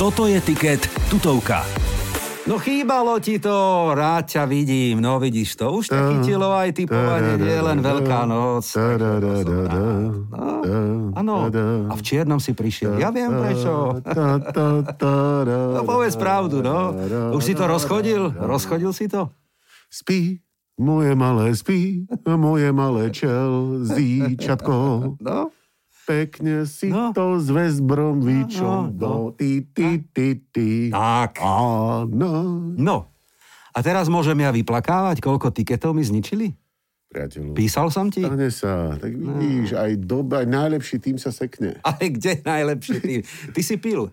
Toto je tiket tutovka. No chýbalo ti to, rád ťa vidím. No vidíš to, už ťa chytilo aj typovanie, nie len Veľká noc. takže to som rád. No, Áno, a v čiernom si prišiel. Ja viem prečo. No povedz pravdu, no. Už si to rozchodil? Rozchodil si to? Spí, moje malé spí, moje malé čelzíčatko. No? Pekne si No. to s Vesbromvičom No, no, ty, ty, ty, ty. Tak. Áno. No. A teraz môžem ja vyplakávať, koľko tiketov mi zničili? Priateľu, Písal som ti? stane sa. Tak No. vidíš, aj, doba, aj najlepší tým sa sekne. Ale kde najlepší ty? Ty si pil.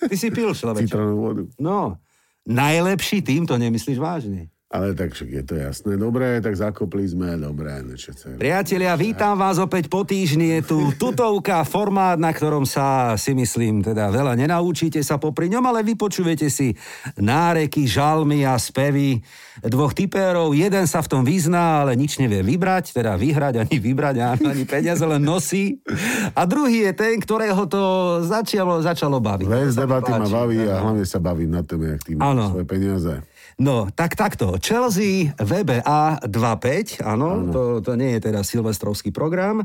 Ty si pil, človeče. Citrónovú vodu. No. Najlepší tým, to nemyslíš vážne. Ale tak však je to jasné. Dobre, tak zakopli sme. Dobre, niečo sa... Priatelia, vítam vás opäť po týždni. Je tu tutovka, formát, na ktorom sa si myslím, teda veľa nenaučíte sa popri ňom, ale vypočujete si náreky, žalmy a spevy dvoch typérov. Jeden sa v tom vyzná, ale nič nevie vybrať, teda vyhrať ani vybrať, ani ani peniaze len nosí. A druhý je ten, ktorého to začalo, začalo baviť. To Les sa mi debaty ma páči. baví a hlavne sa baví na tom, jak tým Áno. svoje peniaze. No, tak takto. Chelsea VBA 2.5, áno, to, to nie je teda silvestrovský program.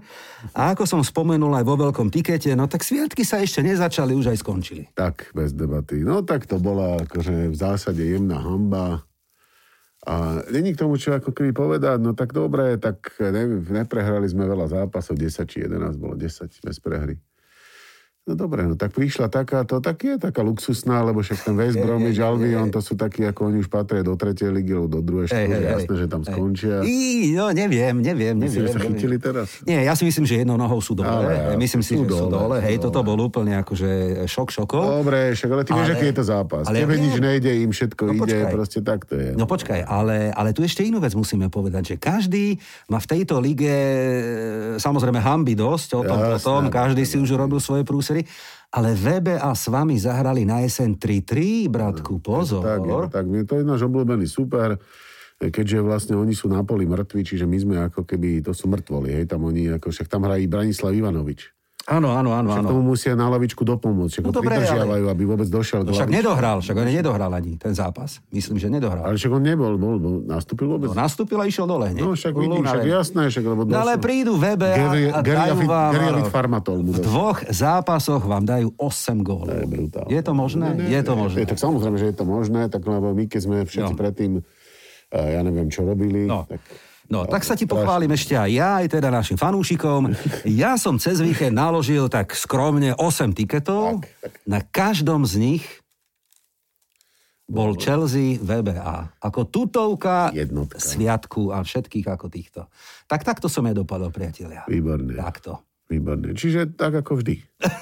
A ako som spomenul aj vo veľkom tikete, no tak sviatky sa ešte nezačali, už aj skončili. Tak, bez debaty. No tak to bola akože v zásade jemná hamba. A není k tomu čo ako keby povedať, no tak dobre, tak ne, neprehrali sme veľa zápasov, 10 či 11, bolo 10 bez prehry. No dobre, no tak prišla takáto, tak je taká luxusná, lebo však ten West Bromwich, Albion, to sú takí, ako oni už patria do tretej ligy, alebo do druhej, Hej, štúry, hej, hej. jasné, že tam skončia. I, no, neviem, neviem, neviem. Myslím, že sa neviem. chytili teraz. Nie, ja si myslím, že jednou nohou sú dole. Ale- myslím si, sú že sú dole. dole, sú Hej, dole. No, toto bol úplne akože šok šokov. Dobre, však ale ty vieš, Ale- aký je to zápas. ale ja Tebe viem. nič nejde, im všetko No ide, počkaj. proste tak to je. No počkaj, ale, ale tu ešte inú vec musíme povedať, že každý má v tejto lige e, samozrejme hamby dosť, o tom Jasné, potom, každý si už robil svoje prúsery, ale VBA s vami zahrali na jeseň 3-3, bratku, pozor. Mm, Tak, no. je to tak, Je to je náš obľúbený super, keďže vlastne oni sú na poli mŕtvi, čiže my sme ako keby, to sú mŕtvoli, hej, tam oni, ako, však tam hrají Branislav Ivanovič. Áno, áno, áno, Však áno. tomu musia na lavičku dopomôcť, však No ho dobre, ale- pridržiavajú, aby vôbec došiel k Však lavičke. nedohral, však on nedohral ani ten zápas. Myslím, že nedohral. Ale však on nebol, bol, bol nastúpil vôbec. No, nastúpil a išiel dole hneď. No však vidíš, však Lunaven. jasné, však lebo No ale prídu VBA Geri- a dajú geriafit- vám... geriafit áno. No farmatol mu V dal. dvoch zápasoch vám dajú 8 gólov. je brutálne. Je to možné? Ne, ne, Je to ne, možné. Je, tak samozrejme, že je to možné, tak lebo my, keď sme všetci No. predtým, eh, ja neviem, čo robili, No. tak... No, tak sa ti strašne. pochválim ešte aj ja, aj teda našim fanúšikom. Ja som cez víkend naložil tak skromne 8 tiketov. Tak, tak. Na každom z nich bol Chelsea VBA. Ako tutovka Jednotka. sviatku a všetkých ako týchto. Tak takto som ja dopadol, priatelia. Výborne. Takto. Výborne. Čiže tak ako vždy.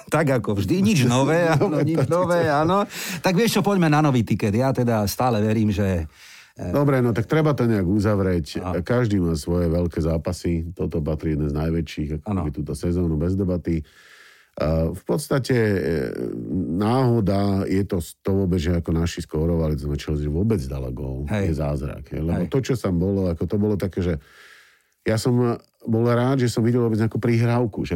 tak ako vždy, nič nové, áno, nič nové, áno. Tak vieš čo, poďme na nový tiket. Ja teda stále verím, že... E, Dobre, no tak treba to nejak uzavrieť. E, Každý má svoje veľké zápasy. Toto patrí jeden z najväčších, ako Áno. by túto sezónu bez debaty. A v podstate e, náhoda je to z toho vôbec, že ako naši skórovali, to sme Chelsea vôbec dala gól, Hej. je zázrak. Je. Lebo Hej. to, čo tam bolo, ako to bolo také, že ja som e, bol rád, že som videl vôbec nejakú prihrávku, že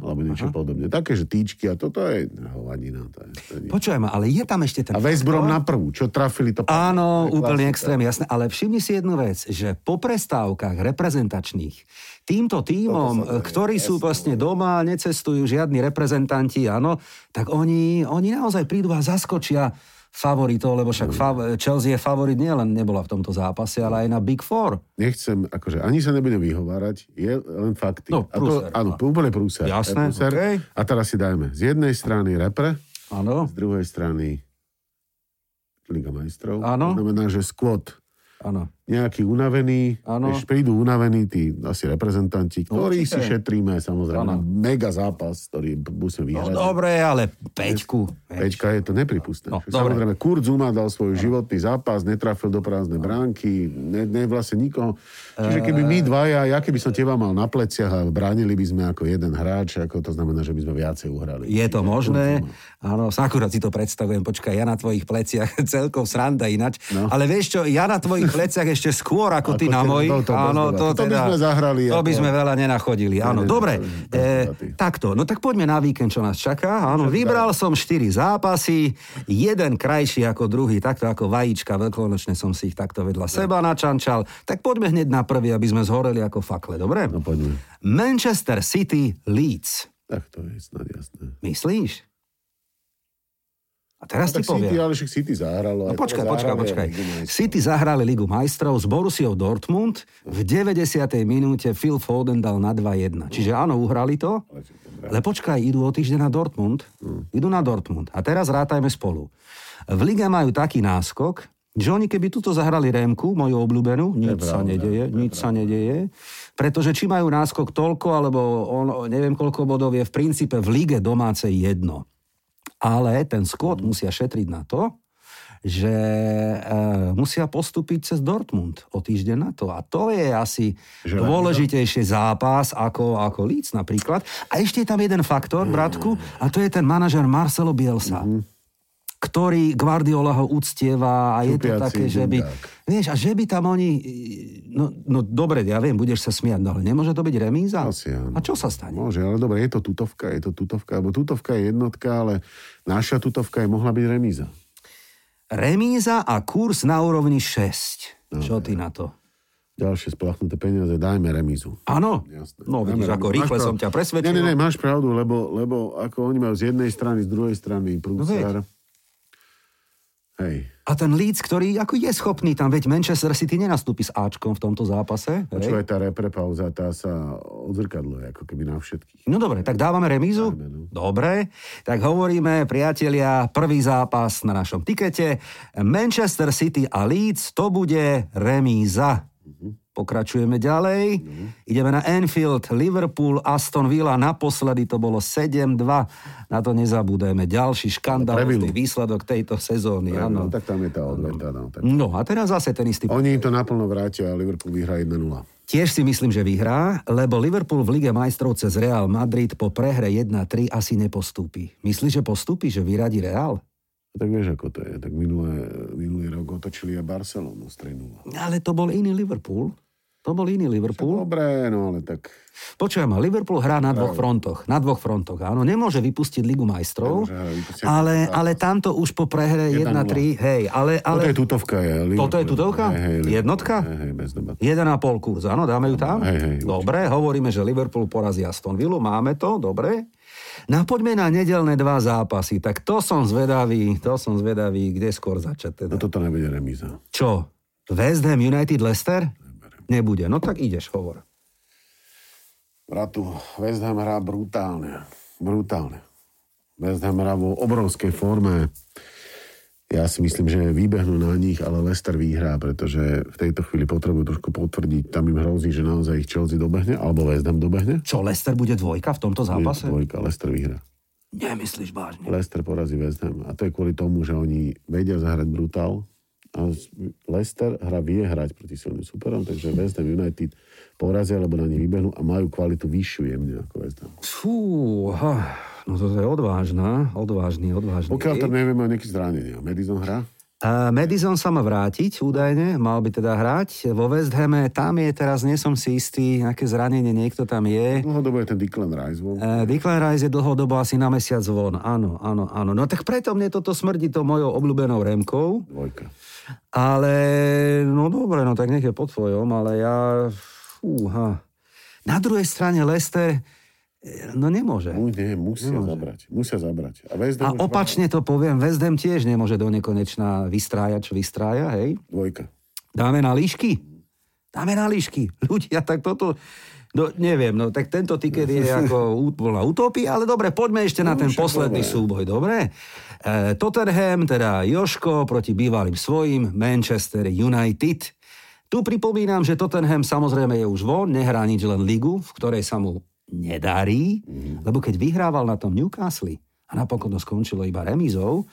Aha, alebo niečo podobné. Také, že týčky a toto je hovadina. To je, to je nič. Počujem, ale je tam ešte ten... a Westbrom na prvú, čo trafili to... Áno, to je úplne klasika. extrém, jasné. Ale všimni si jednu vec, že po prestávkach reprezentačných týmto tímom, ktorí sú vlastne doma, necestujú žiadni reprezentanti, áno, tak oni, oni naozaj prídu a zaskočia favoritov, lebo však fav- Chelsea je favorit nielen nebola v tomto zápase, ale aj na Big Four. nechcem, akože ani sa nebudem vyhovárať, je len fakty. No, prúser, a to, áno, no. úplne prúser. Jasné, Je prúser. okej. A teraz si dajme z jednej strany repre, Áno, z druhej strany Liga majstrov. Áno. To znamená, že skvot áno. nejaký unavený, Áno. vieš, prídu unavení tí asi reprezentanti, No, ktorí určite. si šetríme, Áno. samozrejme, mega zápas, ktorý musím No vyhrať. dobre, ale peťku. vieš. Peťka je to nepripustné. No, Však dobre. Samozrejme, Kurt Zuma dal svoj životný zápas, netrafil No. do prázdnej bránky, ne, ne vlastne nikoho. Eh. Čiže keby my dvaja, ja keby som teba mal na pleciach a bránili by sme ako jeden hráč, ako to znamená, že by sme viacej uhrali. Je to možné, áno, akurát si to predstavujem, počkaj, ja na tvojich pleciach, celkom sranda ináč, no. ale vieš čo, ja na tvojich pleciach ešte skôr ako, Ako ty na te- mojich. no, to bez áno, debaty. to, To by teda, sme zahrali To by ako- sme veľa nenachodili. Áno, ne, dobre. to je bez debaty. E, takto, no tak poďme na víkend, čo nás čaká. Áno, vybral som 4 zápasy, jeden krajší ako druhý, takto ako vajíčka, veľkonočne som si ich takto vedľa seba načančal. Tak poďme hneď na prvý, aby sme zhoreli ako fakle, dobre? No poďme. Manchester City Leeds. Tak to je snad jasné. Myslíš? A teraz No ti Tak poviem. City, ale však City zahralo. No aj to počkaj, počkaj, zahralo, počkaj. aj Ligu majstrov. City zahrali Ligu majstrov s Borussiou Dortmund. V 90. minúte Phil Foden dal na 2-1. Čiže áno, uhrali to. Ale počkaj, idú o týždeň na Dortmund. Mm. Idú na Dortmund. A teraz rátajme spolu. V lige majú taký náskok, že oni keby tuto zahrali Rémku, moju obľúbenú, nič sa nedeje, nič sa nedeje, pretože či majú náskok toľko, alebo on, neviem koľko bodov je v princípe v lige domácej jedno. Ale ten skôd Mhm. musia šetriť na to, že e, musia postúpiť cez Dortmund o týždeň na to. A to je asi Že dôležitejší zápas ako, ako Leeds napríklad. A ešte je tam jeden faktor, Mhm. bratku, a to je ten manažer Marcelo Bielsa. ktorý Guardiola ho uctieva a je to Šupiaci také, že by... dundák. Vieš, a že by tam oni... No, no dobre, ja viem, budeš sa smiať, no ale nemôže to byť remíza? Asi A áno. čo sa stane? Môže, ale dobre, je to tutovka, je to tutovka, lebo tutovka je jednotka, ale naša tutovka je mohla byť remíza. Remíza a kurz na úrovni 6. Čo ty na to? Ďalšie splachnuté peniaze, dajme remízu. Áno? Jasné. No vidíš, Dajme ako remízu. rýchle Máš som pravdu. ťa presvedčil. Nie, nie, nie, máš pravdu, lebo, lebo ako oni majú z jednej strany, z druhej strany No prúcar. Hej. A ten Leeds, ktorý ako je schopný tam, veď Manchester City nenastúpi s Ačkom v tomto zápase. Čo Hej? je tá reprepauza, tá sa odzrkadluje ako keby na všetkých. No dobre, tak dávame remízu? Dajme, no. Dobre, tak hovoríme, priatelia, prvý zápas na našom tikete. Manchester City a Leeds, to bude remíza. Mhm. Pokračujeme ďalej. Ideme na Anfield, Liverpool, Aston Villa. Naposledy to bolo 7-2. Na to nezabudeme. Ďalší škandálny Previlu. výsledok tejto sezóny. No, Áno. tak tam je tá odveta. No, tak. No a teraz zase ten istý Oni to naplno vrátia a Liverpool vyhrá 1-0. Tiež si myslím, že vyhrá, lebo Liverpool v Lige majstrov cez Real Madrid po prehre 1-3 asi nepostúpi. Myslíš, že postúpi, že vyradí Real? Tak vieš, ako to je. Tak minulé, minulý rok otočili a Barcelonu z 3 Ale to bol iný Liverpool. To bol iný Liverpool. Dobre, no ale tak... Počujem, ma, Liverpool hrá na dvoch frontoch. Na dvoch frontoch, áno. Nemôže vypustiť Ligu majstrov, Nemôže hrať, vypustiť ale, zápas. ale tamto už po prehre 1:0. 1-3, hej, ale... ale... Toto ale je tutovka. Je, Toto je Liverpool. tutovka? Hej, hej, Liverpool. Jednotka? Hej, hej, bez debaty. 1,5 kurz, áno, dáme ju tam? Hej, hej, určite. dobre, hovoríme, že Liverpool porazí Aston Villa, máme to, dobre. No a poďme na nedelné dva zápasy, tak to som zvedavý, to som zvedavý, kde skôr začať teda. No toto nebude remíza. Čo? West Ham United Leicester? Nebude, no tak ideš, hovor. Bratu, West Ham hrá brutálne. Brutálne. West Ham hrá vo obrovskej forme. Ja si myslím, že vybehnú na nich, ale Leicester vyhrá, pretože v tejto chvíli potrebujú trošku potvrdiť. Tam im hrozí, že naozaj ich Chelsea dobehne, alebo West Ham dobehne. Čo, Leicester bude dvojka v tomto Je zápase? Dvojka, Leicester vyhrá. Nemyslíš vážne. Leicester porazí West Ham. A to je kvôli tomu, že oni vedia zahrať brutál. A s- Leicester hra vie hrať proti silným superom, takže West Ham United porazia, alebo na nich vybehnú a majú kvalitu vyššiu jemne ako West Ham. Fú, ha, no to je odvážna, odvážny, odvážny. Pokiaľ tam nevieme o nejaké zranenia. Madison hrá? A Madison sa má vrátiť údajne, mal by teda hrať. Vo West Hame tam je teraz, nie som si istý, aké zranenie niekto tam je. Dlhodobo je ten Declan Rice vo. E, Declan Rice je dlhodobo asi na mesiac von. Áno, áno, áno. No tak preto mne toto smrdí to mojou obľúbenou Remkou. Dvojka. Ale, no dobre, no tak nech je po tvojom, ale ja... Fúha. Na druhej strane Lester, e, no nemôže. Mu, nie, musia zabrať. Musia zabrať. A West A Ham už má opačne to poviem, West Ham tiež nemôže do nekonečna vystrájať, čo vystrája, hej? Dvojka. Dáme na líšky? Dáme na líšky. Ľudia, tak toto... No, neviem, no tak tento tiket je ako ú- bola utopia, ale dobre, poďme ešte na ten No, však posledný dobre. súboj, dobre? E, Tottenham, teda Joško proti bývalým svojim, Manchester United. Tu pripomínam, že Tottenham samozrejme je už von, nehrá nič len ligu, v ktorej sa mu nedarí, Mhm. lebo keď vyhrával na tom Newcastle a napokon to skončilo iba remízou,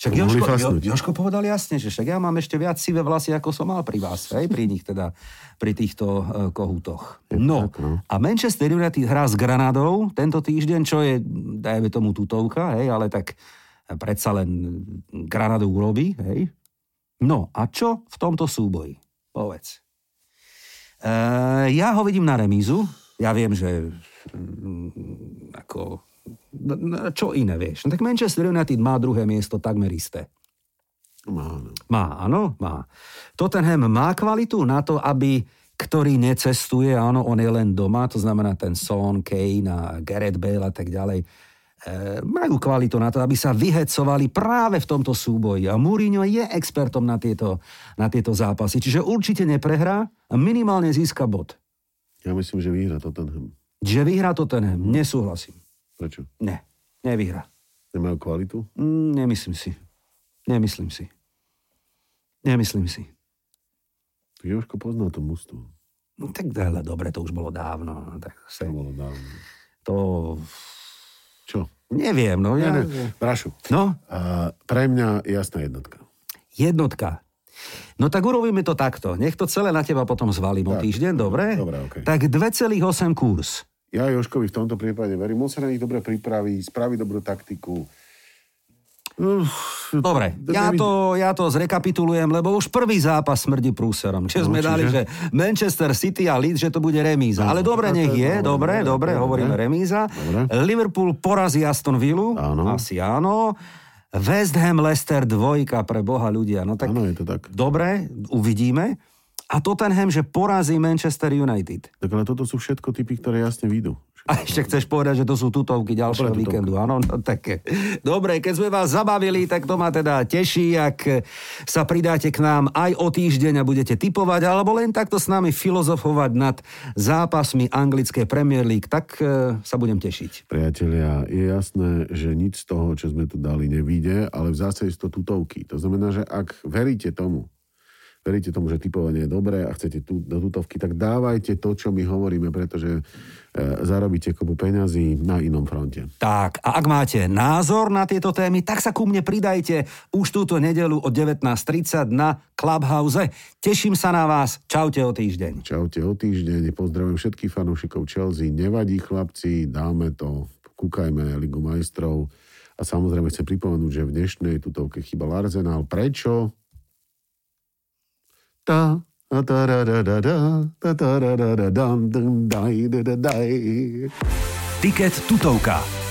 však To Joško, mohli jo, fasnúť. Joško povedal jasne, že však ja mám ešte viac sivé vlasy, ako som mal pri vás, hej, pri nich teda, pri týchto e, kohútoch. No, a Manchester United hrá s Granadou tento týždeň, čo je, dajme tomu tutovka, hej, ale tak predsa len Granadu urobí, hej. No, a čo v tomto súboji? Povedz. E, ja ho vidím na remízu. Ja viem, že mm, ako, no, no, čo iné vieš. No, tak Manchester United má druhé miesto takmer isté. Má, no. Má, áno, má. Tottenham má kvalitu na to, aby ktorý necestuje, áno, on je len doma, to znamená ten Son, Kane a Gareth Bale a tak ďalej, e, majú kvalitu na to, aby sa vyhecovali práve v tomto súboji. A Mourinho je expertom na tieto, na tieto zápasy, čiže určite neprehrá a minimálne získa bod. Ja myslím, že vyhra Tottenham. Že vyhrá Tottenham, nesúhlasím. Prečo? Ne, nevyhrá. Nemajú kvalitu? Mm, Nemyslím si. Nemyslím si. Nemyslím si. Tak Jožko pozná to mústvo. No tak ale dobre, to už bolo dávno. no, Tak To se, bolo dávno. to Čo? neviem, no ja... Ne, ne, Brašu. No, A pre mňa jasná jednotka. jednotka. No tak urobíme to takto. Nech to celé na teba potom zvalím o Tak. týždeň, dobre? Dobre, okej. Tak 2,8 kurz. Ja Joškovi v tomto prípade verím. On sa na nich dobre pripraví, spraví dobrú taktiku. Uf, Dobre, ja to, ja to zrekapitulujem, lebo už prvý zápas smrdí prúserom. Čo No, sme čiže? dali, že Manchester City a Leeds, že to bude remíza. No, Ale dobre, tak to nech je je, dobre, dobre, dobre, dobre, hovoríme dobre. remíza. Dobre. Liverpool porazí Aston Villu, Áno. asi áno. West Ham, Leicester, dvojka pre boha ľudia. No tak Áno, je to tak. dobre, uvidíme. A Tottenham, že porazí Manchester United. Tak ale toto sú všetko typy, ktoré jasne výjdu. A ešte chceš povedať, že to sú tutovky ďalšieho Dobre, tutovka. víkendu. Áno, no také. Dobre, keď sme vás zabavili, tak to ma teda teší, ak sa pridáte k nám aj o týždeň a budete typovať, alebo len takto s nami filozofovať nad zápasmi anglické Premier League, tak e, sa budem tešiť. Priatelia, je jasné, že nič z toho, čo sme tu dali, nevíde, ale v zásade sú to tutovky. To znamená, že ak veríte tomu, veríte tomu, že typovanie je dobré a chcete tu, do tutovky, tak dávajte to, čo my hovoríme, pretože e, zarobíte kopu peňazí na inom fronte. Tak, a ak máte názor na tieto témy, tak sa ku mne pridajte už túto nedelu o 19.30 na Clubhouse. Teším sa na vás. Čaute o týždeň. Čaute o týždeň, pozdravujem všetkých fanúšikov Chelsea, nevadí chlapci, dáme to, kúkajme Ligu majstrov a samozrejme chcem pripomenúť, že v dnešnej tutovke chýbal Arsenal. Prečo? Tá, a tá, ra, ra, ra, ra, tá, tá, ra, ra, ra, dam, dum, daj, da, da, daj. Tiket tutovka.